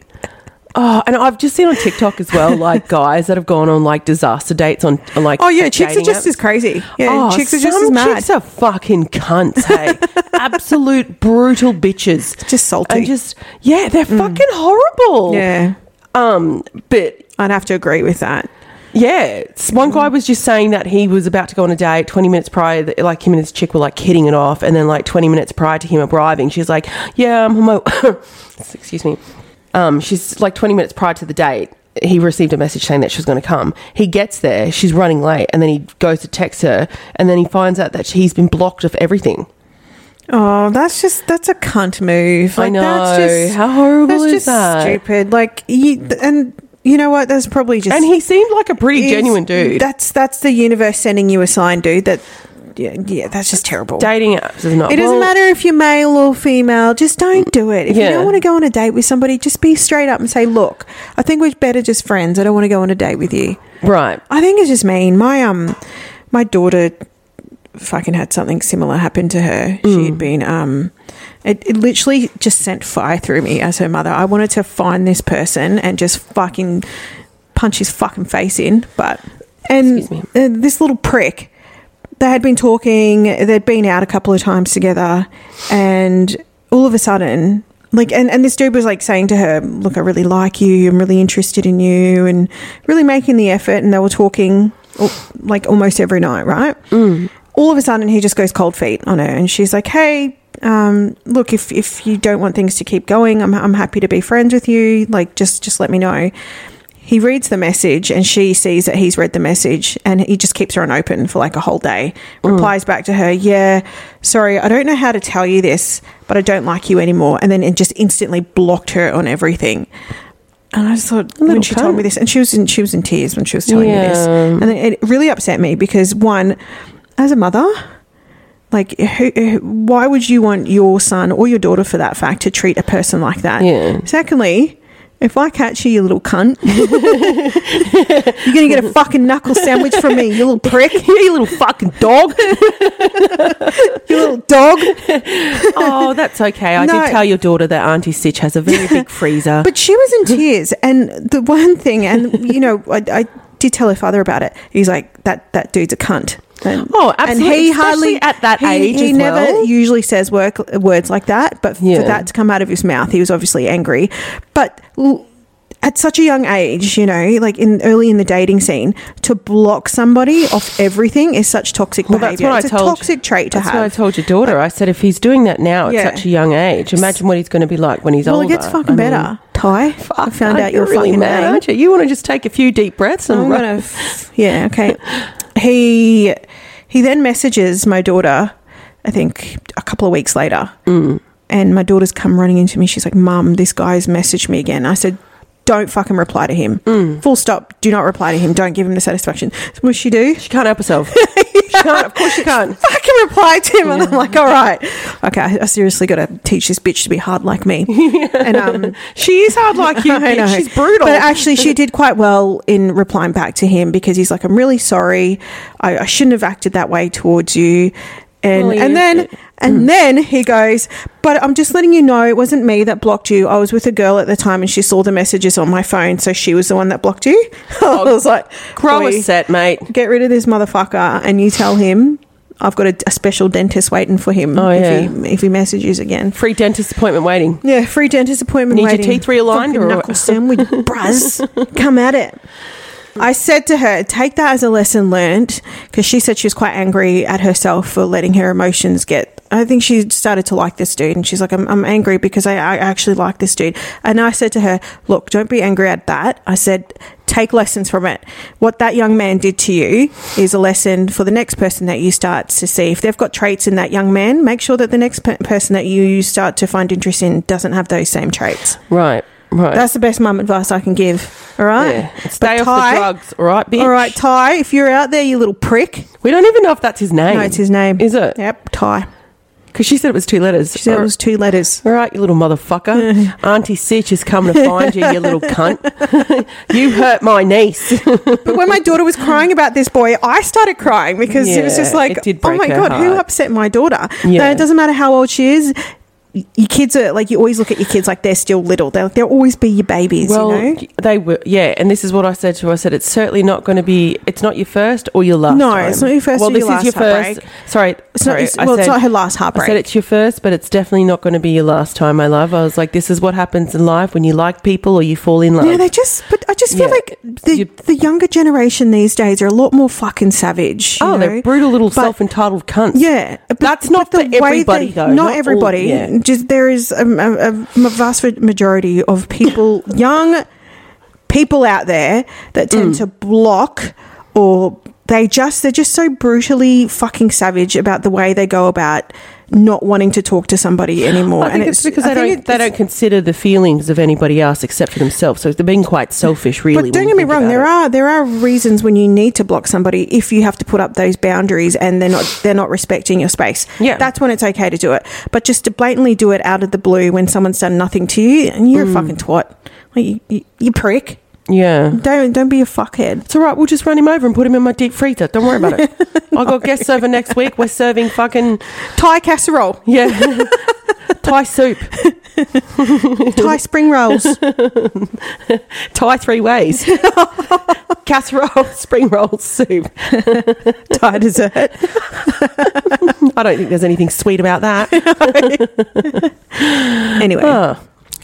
[SPEAKER 3] Oh, and I've just seen on TikTok as well,
[SPEAKER 2] *laughs*
[SPEAKER 3] like guys that have gone on like disaster dates on, on like
[SPEAKER 2] oh, yeah, chicks are
[SPEAKER 3] dating
[SPEAKER 2] just
[SPEAKER 3] apps.
[SPEAKER 2] as crazy. Yeah,
[SPEAKER 3] Oh,
[SPEAKER 2] chicks are just
[SPEAKER 3] some
[SPEAKER 2] as mad.
[SPEAKER 3] Chicks are fucking cunts,
[SPEAKER 2] *laughs*
[SPEAKER 3] hey. Absolute brutal bitches.
[SPEAKER 2] just salty.
[SPEAKER 3] And just yeah, they're fucking horrible.
[SPEAKER 2] yeah,
[SPEAKER 3] Um, but
[SPEAKER 2] I'd have to agree with that.
[SPEAKER 3] yeah, s- one guy was just saying that he was about to go on a date. Twenty minutes prior, that, like him and his chick were like hitting it off, and then like twenty minutes prior to him arriving, she's like, "Yeah, I'm homo." *laughs* Excuse me. Um, she's like twenty minutes prior to the date. He received a message saying that she was going to come. He gets there, she's running late, and then he goes to text her, and then he finds out that he's been blocked of everything.
[SPEAKER 2] Oh, that's just, that's a cunt move. Like,
[SPEAKER 3] I know.
[SPEAKER 2] That's just,
[SPEAKER 3] How horrible
[SPEAKER 2] that's
[SPEAKER 3] is
[SPEAKER 2] just
[SPEAKER 3] that?
[SPEAKER 2] stupid. Like, you, and you know what? That's probably just.
[SPEAKER 3] And he seemed like a pretty
[SPEAKER 2] is-
[SPEAKER 3] genuine dude.
[SPEAKER 2] That's, that's the universe sending you a sign, dude, that, yeah, yeah that's just terrible.
[SPEAKER 3] Dating apps is not.
[SPEAKER 2] It doesn't
[SPEAKER 3] well,
[SPEAKER 2] matter if you're male or female. Just don't do it. If you
[SPEAKER 3] Yeah.
[SPEAKER 2] don't want to go on a date with somebody, just be straight up and say, "Look, I think we're better just friends. I don't want to go on a date with you."
[SPEAKER 3] Right.
[SPEAKER 2] I think it's just mean. My um, my daughter fucking had something similar happen to her. She
[SPEAKER 3] Mm.
[SPEAKER 2] had been um, it, it literally just sent fire through me as her mother. I wanted to find this person and just fucking punch his fucking face in, but and
[SPEAKER 3] Excuse me.
[SPEAKER 2] uh, this little prick. They had been talking. They'd been out a couple of times together, and all of a sudden. Like and, and this dude was like saying to her, "Look, I really like you. I'm really interested in you, and really making the effort." And they were talking al- like almost every night, right? all of a sudden he just goes cold feet on her and she's like hey um, look if, if you don't want things to keep going I'm, I'm happy to be friends with you like just just let me know he reads the message and she sees that he's read the message and he just keeps her on open for like a whole day
[SPEAKER 3] Mm.
[SPEAKER 2] replies back to her yeah sorry i don't know how to tell you this but i don't like you anymore and then it just instantly blocked her on everything and I just thought when
[SPEAKER 3] little
[SPEAKER 2] she told
[SPEAKER 3] cunt.
[SPEAKER 2] me this, and she was in she was in tears when she was telling me this,
[SPEAKER 3] Yeah.
[SPEAKER 2] and it it really upset me because one, as a mother, like who, who- why would you want your son or your daughter, for that fact, to treat a person like that?
[SPEAKER 3] Yeah.
[SPEAKER 2] Secondly, if I catch you, you little cunt, *laughs* you're gonna get a fucking knuckle sandwich from me, you little prick,
[SPEAKER 3] *laughs* you little fucking dog.
[SPEAKER 2] you little dog.
[SPEAKER 3] oh, that's okay. I
[SPEAKER 2] No.
[SPEAKER 3] did tell your daughter that Auntie Stitch has a
[SPEAKER 2] *laughs*
[SPEAKER 3] very big freezer.
[SPEAKER 2] But she was in tears, and the one thing, and you know, I, I did tell her father about it. He's like, that that dude's a cunt. And,
[SPEAKER 3] Oh, absolutely. Especially at that
[SPEAKER 2] he-
[SPEAKER 3] age
[SPEAKER 2] He
[SPEAKER 3] as
[SPEAKER 2] never
[SPEAKER 3] well.
[SPEAKER 2] usually says work, words like that, but
[SPEAKER 3] Yeah.
[SPEAKER 2] for that to come out of his mouth, he was obviously angry. But l- at such a young age, you know, like in early in the dating scene, to block somebody off everything is such toxic
[SPEAKER 3] well, that's
[SPEAKER 2] behavior.
[SPEAKER 3] what I
[SPEAKER 2] it's
[SPEAKER 3] told.
[SPEAKER 2] a toxic trait to
[SPEAKER 3] that's
[SPEAKER 2] have.
[SPEAKER 3] what I told your daughter. I said if he's doing that now at
[SPEAKER 2] Yeah.
[SPEAKER 3] such a young age, imagine what he's going to be like when he's
[SPEAKER 2] well,
[SPEAKER 3] older.
[SPEAKER 2] it gets fucking
[SPEAKER 3] I mean,
[SPEAKER 2] better. Ty, I
[SPEAKER 3] aren't
[SPEAKER 2] found out
[SPEAKER 3] you
[SPEAKER 2] you're
[SPEAKER 3] really
[SPEAKER 2] fucking
[SPEAKER 3] mad,
[SPEAKER 2] mad.
[SPEAKER 3] aren't you? You want to just take a few deep breaths and
[SPEAKER 2] I'm
[SPEAKER 3] run.
[SPEAKER 2] gonna. F- yeah. Okay. *laughs* He he then messages my daughter. I think a couple of weeks later, and my daughter's come running into me. She's like, "Mum, this guy's messaged me again." I said. Don't fucking reply to him. Full stop. Do not reply to him. Don't give him the satisfaction. So what does she do?
[SPEAKER 3] She can't help
[SPEAKER 2] *laughs*
[SPEAKER 3] herself. She can't. Of course, she can't.
[SPEAKER 2] fucking reply to him. And I'm like, all right. Okay, I, I seriously got to teach this bitch to be hard
[SPEAKER 3] *laughs*
[SPEAKER 2] like me. And um,
[SPEAKER 3] She is
[SPEAKER 2] *laughs*
[SPEAKER 3] hard like you.
[SPEAKER 2] I know.
[SPEAKER 3] bitch. She's brutal.
[SPEAKER 2] But actually, she did quite well in replying back to him because he's like, "I'm really sorry. I, I shouldn't have acted that way towards you." And
[SPEAKER 3] Well, you-
[SPEAKER 2] and then
[SPEAKER 3] Mm.
[SPEAKER 2] and then he goes, "But I'm just letting you know it wasn't me that blocked you. I was with a girl at the time, and she saw the messages on my phone, so she was the one that blocked you." *laughs*
[SPEAKER 3] Oh,
[SPEAKER 2] I was like,
[SPEAKER 3] Grow
[SPEAKER 2] "Boy,
[SPEAKER 3] a set, mate.
[SPEAKER 2] Get rid of this motherfucker, and you tell him." I've got a, a special dentist waiting for him
[SPEAKER 3] Oh,
[SPEAKER 2] if,
[SPEAKER 3] yeah.
[SPEAKER 2] he, if he messages again.
[SPEAKER 3] Free dentist appointment waiting.
[SPEAKER 2] Yeah, free dentist appointment.
[SPEAKER 3] Need your
[SPEAKER 2] waiting.
[SPEAKER 3] teeth realigned
[SPEAKER 2] Fucking
[SPEAKER 3] or-
[SPEAKER 2] knuckle sandwich,
[SPEAKER 3] *laughs*
[SPEAKER 2] bruz. Come at it. I said to her, take that as a lesson learnt, because she said she was quite angry at herself for letting her emotions get I think she started to like this dude, and she's like, "I'm, I'm angry because I, I actually like this dude." And I said to her, "Look, don't be angry at that." I said, "Take lessons from it. What that young man did to you is a lesson for the next person that you start to see. If they've got traits in that young man, make sure that the next pe- person that you start to find interest in doesn't have those same traits."
[SPEAKER 4] Right. Right.
[SPEAKER 2] That's the best mum advice I can give. All right.
[SPEAKER 4] yeah.
[SPEAKER 2] But
[SPEAKER 4] Stay off
[SPEAKER 2] Ty-
[SPEAKER 4] the drugs. All right, bitch.
[SPEAKER 2] All right, Ty. If you're out there, you little prick.
[SPEAKER 4] We don't even know if that's his name.
[SPEAKER 2] No, it's his name.
[SPEAKER 4] Is it?
[SPEAKER 2] Yep, Ty.
[SPEAKER 4] Because she said it was two letters.
[SPEAKER 2] She said it was two letters.
[SPEAKER 4] All right, you little motherfucker. Auntie Sitch is coming to find you, you little cunt.
[SPEAKER 2] *laughs*
[SPEAKER 4] you hurt my niece.
[SPEAKER 2] *laughs* But when my daughter was crying about this boy, I started crying because it was
[SPEAKER 4] Yeah,
[SPEAKER 2] just like,
[SPEAKER 4] it did
[SPEAKER 2] oh
[SPEAKER 4] break
[SPEAKER 2] my
[SPEAKER 4] her
[SPEAKER 2] God, who
[SPEAKER 4] heart.
[SPEAKER 2] upset my daughter? No,
[SPEAKER 4] Yeah.
[SPEAKER 2] it doesn't matter how old she is. Y- Your kids are like, you always look at your kids like they're still little. They'll, they'll always be your babies,
[SPEAKER 4] well,
[SPEAKER 2] you know?
[SPEAKER 4] they were, yeah. And this is what I said to her. I said, it's certainly not going to be, it's not your first or your last.
[SPEAKER 2] No,
[SPEAKER 4] time.
[SPEAKER 2] it's not your first
[SPEAKER 4] Well,
[SPEAKER 2] or
[SPEAKER 4] this
[SPEAKER 2] your
[SPEAKER 4] is your
[SPEAKER 2] last heartbreak.
[SPEAKER 4] first. Sorry.
[SPEAKER 2] It's
[SPEAKER 4] sorry,
[SPEAKER 2] not, it's,
[SPEAKER 4] I
[SPEAKER 2] well, it's
[SPEAKER 4] said-
[SPEAKER 2] not her last heartbreak.
[SPEAKER 4] I said it's your first, but it's definitely not going to be your last time, my love. I was like, this is what happens in life when you like people or you fall in love.
[SPEAKER 2] yeah, they just, but I just feel
[SPEAKER 4] Yeah,
[SPEAKER 2] like the,
[SPEAKER 4] you-
[SPEAKER 2] the younger generation these days are a lot more fucking savage. you
[SPEAKER 4] oh, they're
[SPEAKER 2] know?
[SPEAKER 4] brutal little
[SPEAKER 2] But-
[SPEAKER 4] self entitled cunts.
[SPEAKER 2] Yeah, but-
[SPEAKER 4] That's
[SPEAKER 2] but
[SPEAKER 4] not for
[SPEAKER 2] way
[SPEAKER 4] everybody,
[SPEAKER 2] that-
[SPEAKER 4] though.
[SPEAKER 2] Not,
[SPEAKER 4] Not all-
[SPEAKER 2] everybody.
[SPEAKER 4] yeah.
[SPEAKER 2] Just there is a, a, a vast majority of
[SPEAKER 4] *laughs*
[SPEAKER 2] people, young people out there, that tend
[SPEAKER 4] Mm.
[SPEAKER 2] to block or they just they're just so brutally fucking savage about the way they go about not wanting to talk to somebody anymore.
[SPEAKER 4] *gasps* I think it's, because
[SPEAKER 2] I
[SPEAKER 4] they
[SPEAKER 2] think
[SPEAKER 4] don't, they
[SPEAKER 2] it's-
[SPEAKER 4] don't consider the feelings of anybody else except for themselves. So they're being quite selfish, really.
[SPEAKER 2] But don't
[SPEAKER 4] when
[SPEAKER 2] get
[SPEAKER 4] you
[SPEAKER 2] me
[SPEAKER 4] think
[SPEAKER 2] wrong.
[SPEAKER 4] about
[SPEAKER 2] There
[SPEAKER 4] it.
[SPEAKER 2] are there are reasons when you need to block somebody if you have to put up those boundaries and they're not they're not respecting your space.
[SPEAKER 4] Yeah.
[SPEAKER 2] that's when it's okay to do it. But just to blatantly do it out of the blue when someone's done nothing to you and
[SPEAKER 4] Mm.
[SPEAKER 2] you're a fucking twat, like you, you, you prick.
[SPEAKER 4] Yeah.
[SPEAKER 2] Don't don't be a fuckhead.
[SPEAKER 4] It's all right. We'll just run him over and put him in my deep freezer. Don't worry *laughs* about it. I got guests over next week. We're serving fucking
[SPEAKER 2] Thai
[SPEAKER 4] *laughs*
[SPEAKER 2] casserole,
[SPEAKER 4] yeah, Thai soup,
[SPEAKER 2] Thai spring rolls.
[SPEAKER 4] Thai three *laughs* ways, casserole, spring roll *laughs* soup.
[SPEAKER 2] Thai dessert.
[SPEAKER 4] *laughs* I don't think there's anything sweet about that.
[SPEAKER 2] Anyway,
[SPEAKER 4] *laughs* Huh.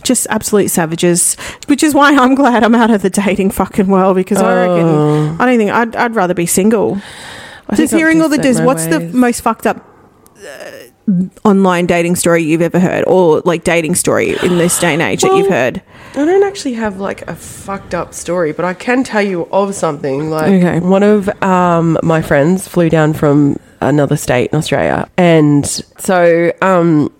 [SPEAKER 2] just absolute savages, which is why I'm glad I'm out of the dating fucking world because I reckon I don't think I'd, I'd rather be single.
[SPEAKER 4] Oh. I think
[SPEAKER 2] just
[SPEAKER 4] I've
[SPEAKER 2] hearing all the
[SPEAKER 4] set
[SPEAKER 2] dis.
[SPEAKER 4] my
[SPEAKER 2] What's the
[SPEAKER 4] ways.
[SPEAKER 2] most fucked up uh, online dating story you've ever heard, or like dating story in this day and age that you've
[SPEAKER 4] Well,
[SPEAKER 2] heard?
[SPEAKER 4] I don't actually have like a fucked up story, but I can tell you of something. Like
[SPEAKER 2] Okay.
[SPEAKER 4] one of um, my friends flew down from another state in Australia, and so um,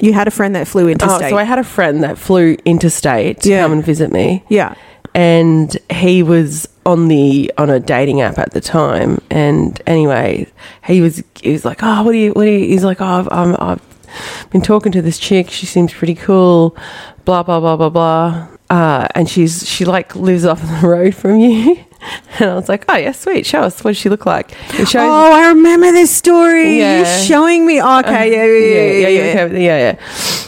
[SPEAKER 2] You had a friend that flew into
[SPEAKER 4] oh,
[SPEAKER 2] state.
[SPEAKER 4] so I had a friend that flew interstate to
[SPEAKER 2] Yeah.
[SPEAKER 4] come and visit me,
[SPEAKER 2] yeah,
[SPEAKER 4] and he was on the on a dating app at the time. And anyway, he was he was like, oh, what do you what do you? He's like, oh, I've, I'm, I've been talking to this chick. She seems pretty cool. Blah blah blah blah blah. Uh, and she's she like lives off the *laughs* road from you. And I was like, oh yeah, sweet. Show us what does she look like. He shows
[SPEAKER 2] oh, I remember this story.
[SPEAKER 4] Yeah.
[SPEAKER 2] You're showing me.
[SPEAKER 4] oh,
[SPEAKER 2] Okay, yeah, yeah, yeah, yeah. yeah,
[SPEAKER 4] okay, yeah, yeah.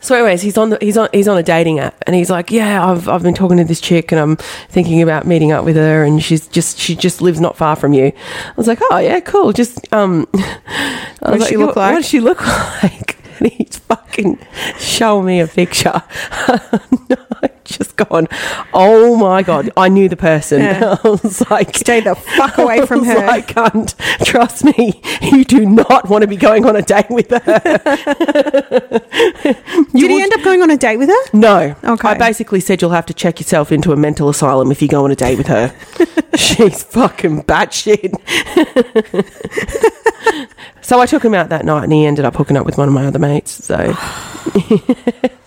[SPEAKER 4] So, anyways, he's on the, he's on he's on a dating app, and he's like, "Yeah, I've I've been talking to this chick, and I'm thinking about meeting up with her, and she's just she just lives not far from you." I was like, "Oh yeah, cool." Just um, *laughs* I
[SPEAKER 2] What
[SPEAKER 4] was
[SPEAKER 2] does she look
[SPEAKER 4] "What-
[SPEAKER 2] like?"
[SPEAKER 4] What does she look *laughs* like? And he's fucking showing me a picture. *laughs* No, I've just gone. Oh my god, I knew the person.
[SPEAKER 2] Yeah.
[SPEAKER 4] *laughs* I was like,
[SPEAKER 2] Stay the fuck away from
[SPEAKER 4] *laughs* I was
[SPEAKER 2] her.
[SPEAKER 4] like, cunt. Trust me, you do not want to be going on a date with her. You
[SPEAKER 2] Did he
[SPEAKER 4] would-
[SPEAKER 2] end up going on a date with her?
[SPEAKER 4] No.
[SPEAKER 2] Okay.
[SPEAKER 4] I basically said you'll have to check yourself into a mental asylum if you go on a date
[SPEAKER 2] *laughs*
[SPEAKER 4] with her. She's fucking batshit. so I took him out that night and he ended up hooking up with one of my other mates. So I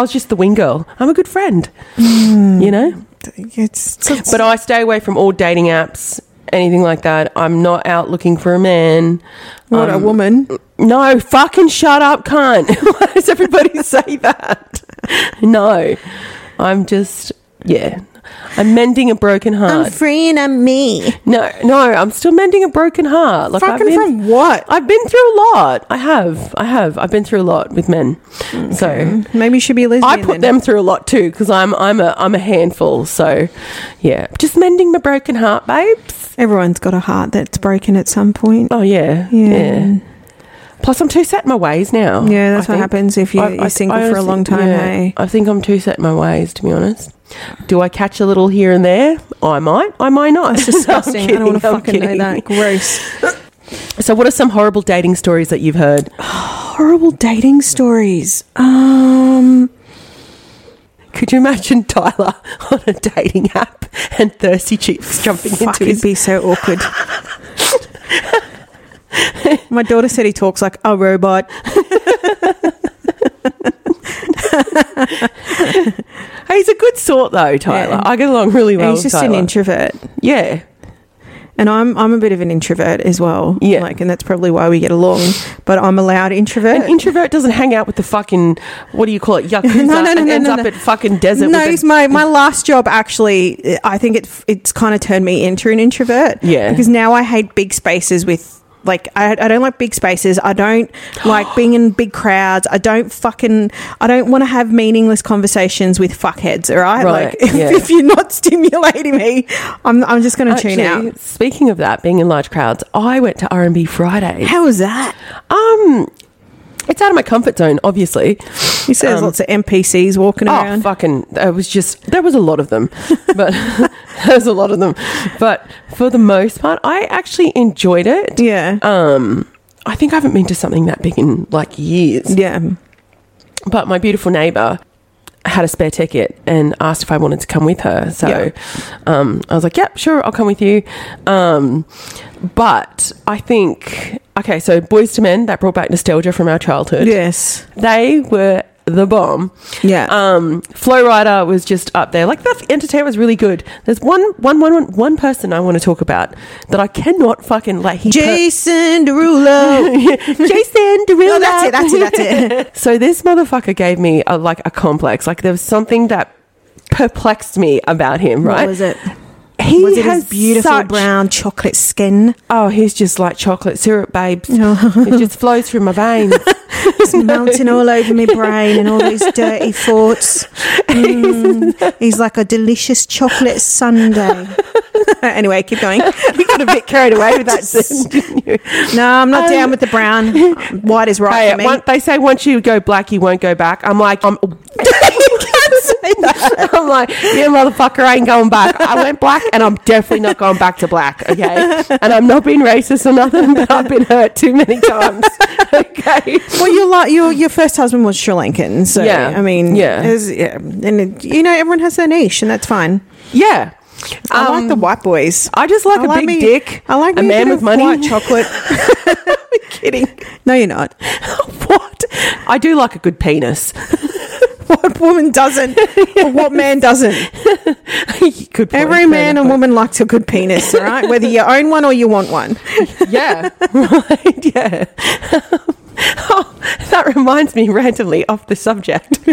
[SPEAKER 4] was just the wing girl. I'm a good friend,
[SPEAKER 2] Hmm.
[SPEAKER 4] you know?
[SPEAKER 2] It's, it's-
[SPEAKER 4] But I stay away from all dating apps, anything like that. I'm not out looking for a man.
[SPEAKER 2] what a
[SPEAKER 4] Um,
[SPEAKER 2] woman.
[SPEAKER 4] No, fucking shut up, cunt. *laughs* Why does everybody *laughs* say that? No, I'm just, yeah. I'm mending a broken
[SPEAKER 2] I'm
[SPEAKER 4] heart.
[SPEAKER 2] free and I'm me.
[SPEAKER 4] no, no, I'm still mending a broken heart. Like I've
[SPEAKER 2] Fucking
[SPEAKER 4] been,
[SPEAKER 2] from what?
[SPEAKER 4] I've been through a lot. I have, I have. I've been through a lot with men. So
[SPEAKER 2] Maybe you should be a lesbian.
[SPEAKER 4] I put
[SPEAKER 2] then.
[SPEAKER 4] them through a lot too because I'm, I'm a, I'm a handful. So, yeah, just mending my broken heart, babes.
[SPEAKER 2] Everyone's got a heart that's broken at some point.
[SPEAKER 4] Oh yeah,
[SPEAKER 2] Yeah.
[SPEAKER 4] yeah. Plus, I'm too set in my ways now.
[SPEAKER 2] Yeah, that's
[SPEAKER 4] I
[SPEAKER 2] what
[SPEAKER 4] think.
[SPEAKER 2] happens if you,
[SPEAKER 4] I- I
[SPEAKER 2] you're
[SPEAKER 4] th-
[SPEAKER 2] single
[SPEAKER 4] I
[SPEAKER 2] for a
[SPEAKER 4] honestly-
[SPEAKER 2] long time.
[SPEAKER 4] yeah,
[SPEAKER 2] Hey,
[SPEAKER 4] I think I'm too set in my ways, to be honest. Do I catch a little here and there? I might. I might not.
[SPEAKER 2] *laughs*
[SPEAKER 4] *laughs*
[SPEAKER 2] that's disgusting. I don't want to fucking know that. Gross.
[SPEAKER 4] So, what are some horrible dating stories that you've heard?
[SPEAKER 2] Horrible dating stories. Um,
[SPEAKER 4] Could you imagine *laughs* Tyler on a dating app and
[SPEAKER 2] *laughs*
[SPEAKER 4] thirsty cheeks jumping
[SPEAKER 2] fuck,
[SPEAKER 4] into
[SPEAKER 2] it'd
[SPEAKER 4] his?
[SPEAKER 2] be so
[SPEAKER 4] *laughs*
[SPEAKER 2] awkward. My daughter said he talks like a robot.
[SPEAKER 4] Hey, he's a good sort though, Tyler.
[SPEAKER 2] Yeah.
[SPEAKER 4] I get along really well.
[SPEAKER 2] And he's
[SPEAKER 4] with
[SPEAKER 2] just an
[SPEAKER 4] Tyler.
[SPEAKER 2] introvert.
[SPEAKER 4] Yeah,
[SPEAKER 2] And I'm I'm a bit of an introvert as well.
[SPEAKER 4] Yeah.
[SPEAKER 2] Like, and that's probably why we get along. But I'm a loud introvert.
[SPEAKER 4] an introvert doesn't hang out with the fucking what do you call it
[SPEAKER 2] *laughs*
[SPEAKER 4] yakuza
[SPEAKER 2] No, no, no,
[SPEAKER 4] and
[SPEAKER 2] no,
[SPEAKER 4] ends
[SPEAKER 2] no,
[SPEAKER 4] up
[SPEAKER 2] no.
[SPEAKER 4] at fucking desert.
[SPEAKER 2] no,
[SPEAKER 4] with
[SPEAKER 2] it's
[SPEAKER 4] a,
[SPEAKER 2] my, my last job actually. I think it, it's kind of turned me into an introvert.
[SPEAKER 4] Yeah.
[SPEAKER 2] Because now I hate big spaces with. Like I, I don't like big spaces. I
[SPEAKER 4] *gasps*
[SPEAKER 2] don't like being in big crowds. I don't fucking. I don't want to have meaningless conversations with fuckheads. All right,
[SPEAKER 4] Right,
[SPEAKER 2] like *laughs* if,
[SPEAKER 4] yeah.
[SPEAKER 2] if you're not stimulating me, I'm, I'm just going to tune
[SPEAKER 4] Actually,
[SPEAKER 2] out.
[SPEAKER 4] Speaking of that, being in large crowds, I went to R and B Friday.
[SPEAKER 2] How is that?
[SPEAKER 4] Um, it's out of my comfort zone, obviously.
[SPEAKER 2] He says
[SPEAKER 4] Um,
[SPEAKER 2] lots of NPCs walking
[SPEAKER 4] Oh,
[SPEAKER 2] around.
[SPEAKER 4] fucking! It was just there was a lot of them, *laughs* but there was a lot of them. But for the most part, I actually enjoyed it.
[SPEAKER 2] Yeah.
[SPEAKER 4] Um, I think I haven't been to something that big in like years.
[SPEAKER 2] Yeah.
[SPEAKER 4] But my beautiful neighbor had a spare ticket and asked if I wanted to come with her. So
[SPEAKER 2] Yeah.
[SPEAKER 4] um, I was like, yep, sure, I'll come with you. Um, but I think, okay, so Boys to Men, that brought back nostalgia from our childhood.
[SPEAKER 2] Yes.
[SPEAKER 4] They were the bomb.
[SPEAKER 2] Yeah.
[SPEAKER 4] Um, Flow Rider was just up there. Like that entertainment was really good. There's one, one, one, one, one person I want to talk about that I cannot fucking like. He
[SPEAKER 2] Jason
[SPEAKER 4] *laughs*
[SPEAKER 2] Derulo.
[SPEAKER 4] Jason Derulo.
[SPEAKER 2] no, that's it. That's it. That's it.
[SPEAKER 4] *laughs* So this motherfucker gave me a, like a complex. Like there was something that perplexed me about him. Right?
[SPEAKER 2] it?
[SPEAKER 4] He
[SPEAKER 2] was it
[SPEAKER 4] has
[SPEAKER 2] his beautiful
[SPEAKER 4] such-
[SPEAKER 2] brown chocolate skin?
[SPEAKER 4] Oh, he's just like chocolate syrup,
[SPEAKER 2] *laughs*
[SPEAKER 4] babes.
[SPEAKER 2] Oh.
[SPEAKER 4] it just flows through
[SPEAKER 2] *laughs*
[SPEAKER 4] my veins.
[SPEAKER 2] It's melting all over my brain and all these dirty *laughs* thoughts. Mm, he's like a delicious chocolate sundae. *laughs* anyway, keep going.
[SPEAKER 4] we got a bit carried away
[SPEAKER 2] *laughs*
[SPEAKER 4] with that.
[SPEAKER 2] No, I'm not
[SPEAKER 4] Um,
[SPEAKER 2] down with the *laughs* brown. White is right
[SPEAKER 4] Hey,
[SPEAKER 2] for me.
[SPEAKER 4] one- they say once you go black, you won't go back. I'm like, um, *laughs* I'm, I'm like, yeah, motherfucker, I ain't going back. I went black, and I'm definitely not going back to black. Okay, and I'm not being racist or nothing, but I've been hurt too many times. *laughs* Okay,
[SPEAKER 2] Well, you're like your your first husband was Sri Lankan, so
[SPEAKER 4] Yeah.
[SPEAKER 2] I mean,
[SPEAKER 4] Yeah.
[SPEAKER 2] it's- yeah, and it, you know everyone has their niche, and that's fine.
[SPEAKER 4] yeah.
[SPEAKER 2] I
[SPEAKER 4] Um,
[SPEAKER 2] like the white boys.
[SPEAKER 4] I just like
[SPEAKER 2] I
[SPEAKER 4] a
[SPEAKER 2] like
[SPEAKER 4] big
[SPEAKER 2] me-
[SPEAKER 4] dick.
[SPEAKER 2] I like
[SPEAKER 4] a
[SPEAKER 2] me
[SPEAKER 4] man
[SPEAKER 2] bit
[SPEAKER 4] with
[SPEAKER 2] of
[SPEAKER 4] money.
[SPEAKER 2] white chocolate.
[SPEAKER 4] kidding.
[SPEAKER 2] *laughs* No, you're not.
[SPEAKER 4] *laughs* what? I do like a good penis. *laughs*
[SPEAKER 2] What woman doesn't? Or what man doesn't?
[SPEAKER 4] good
[SPEAKER 2] *laughs*
[SPEAKER 4] point.
[SPEAKER 2] Every
[SPEAKER 4] Fair
[SPEAKER 2] man
[SPEAKER 4] enough.
[SPEAKER 2] and woman likes a good penis, all right? Whether you own one or you want one.
[SPEAKER 4] Yeah, *laughs* right. Yeah. *laughs* oh, that reminds me randomly off the subject. *laughs*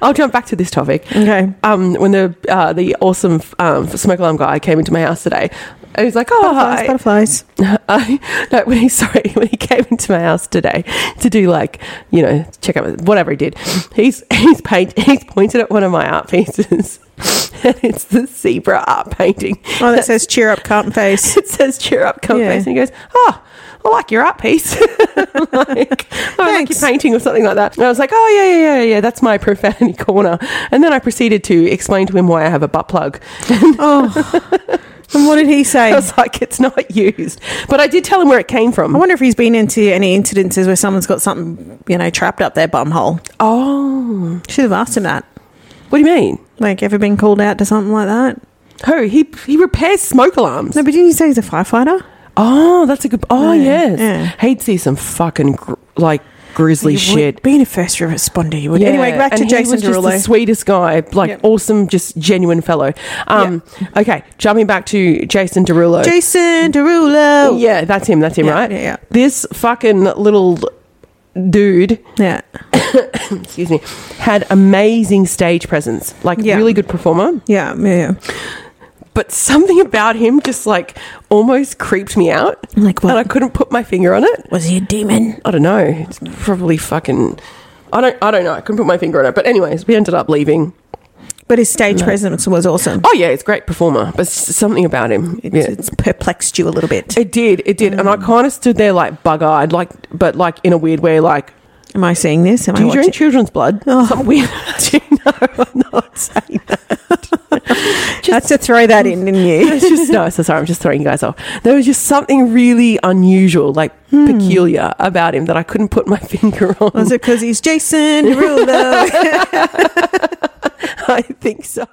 [SPEAKER 4] I'll jump back to this topic.
[SPEAKER 2] Okay.
[SPEAKER 4] Um, when the uh, the awesome um, smoke alarm guy came into my house today, he was like, "Oh,
[SPEAKER 2] Butterflies,
[SPEAKER 4] hi."
[SPEAKER 2] butterflies.
[SPEAKER 4] *laughs* I, Uh, no, when he sorry, when he came into my house today to do like you know check out whatever he did, he's *laughs* he's paint he's pointed at one of my art pieces, *laughs* and it's the zebra art painting.
[SPEAKER 2] Oh, that says cheer up, cunt
[SPEAKER 4] *laughs*
[SPEAKER 2] face.
[SPEAKER 4] It says cheer up, come
[SPEAKER 2] Yeah.
[SPEAKER 4] face, and he goes, oh. I like your art piece. *laughs* I'm like, oh, I like your
[SPEAKER 2] Thanks.
[SPEAKER 4] painting or something like that. And I was like, oh, yeah, yeah, yeah, yeah, that's my profanity *laughs* corner. And then I proceeded to explain to him why I have a butt plug.
[SPEAKER 2] Oh. *laughs* and what did he say?
[SPEAKER 4] I
[SPEAKER 2] I *laughs*
[SPEAKER 4] was like, it's not *laughs* used. But I did tell him where it came from.
[SPEAKER 2] wonder if he's been into any incidences where someone's got something, you know, trapped up their bum hole.
[SPEAKER 4] Oh,
[SPEAKER 2] Should have asked him that.
[SPEAKER 4] what do you mean?
[SPEAKER 2] Like, ever been called out to something like that?
[SPEAKER 4] Oh, he he repairs smoke alarms.
[SPEAKER 2] No, but didn't you say he's a firefighter?
[SPEAKER 4] Oh, that's a good. Oh,
[SPEAKER 2] Yeah,
[SPEAKER 4] yes.
[SPEAKER 2] yeah.
[SPEAKER 4] He'd see some fucking gr- like grisly
[SPEAKER 2] You
[SPEAKER 4] shit.
[SPEAKER 2] Would, being a first responder, you would.
[SPEAKER 4] Yeah,
[SPEAKER 2] Anyway, back to
[SPEAKER 4] and he
[SPEAKER 2] Jason
[SPEAKER 4] was just the
[SPEAKER 2] Derulo.
[SPEAKER 4] sweetest guy, like
[SPEAKER 2] Yep.
[SPEAKER 4] awesome, just genuine fellow. Um, Okay, jumping back to Jason Derulo.
[SPEAKER 2] Jason Derulo.
[SPEAKER 4] Yeah, that's him. That's him,
[SPEAKER 2] Yeah,
[SPEAKER 4] right?
[SPEAKER 2] yeah, yeah.
[SPEAKER 4] This fucking little dude,
[SPEAKER 2] Yeah.
[SPEAKER 4] excuse me, had amazing stage presence. Like
[SPEAKER 2] Yeah.
[SPEAKER 4] really good performer.
[SPEAKER 2] Yeah. Yeah.
[SPEAKER 4] But something about him just like almost creeped me out,
[SPEAKER 2] Like
[SPEAKER 4] and I
[SPEAKER 2] what?
[SPEAKER 4] couldn't put my finger on it.
[SPEAKER 2] Was he a demon?
[SPEAKER 4] I don't know. It's probably fucking. I don't. I don't know. I couldn't put my finger on it. But anyways, we ended up leaving.
[SPEAKER 2] But his stage presence was awesome.
[SPEAKER 4] Oh yeah, it's a great performer, but s- something about him.
[SPEAKER 2] It's,
[SPEAKER 4] yeah.
[SPEAKER 2] it's perplexed you a little bit.
[SPEAKER 4] it did. It did. And I kind of stood there like bug eyed, like but like in a weird way, like
[SPEAKER 2] Am I seeing this? Am I
[SPEAKER 4] Do you
[SPEAKER 2] watching?
[SPEAKER 4] drink children's blood? *laughs*
[SPEAKER 2] Oh.
[SPEAKER 3] *laughs*
[SPEAKER 4] Something weird. Do you know? I'm not saying that.
[SPEAKER 2] That's to throw that in, didn't *laughs* you?
[SPEAKER 4] It's just no. So sorry, I'm just throwing you guys off. There was just something really unusual, like peculiar about him that I couldn't put my *laughs* finger on.
[SPEAKER 2] Was it because he's Jason *laughs* Derulo?
[SPEAKER 4] I think so.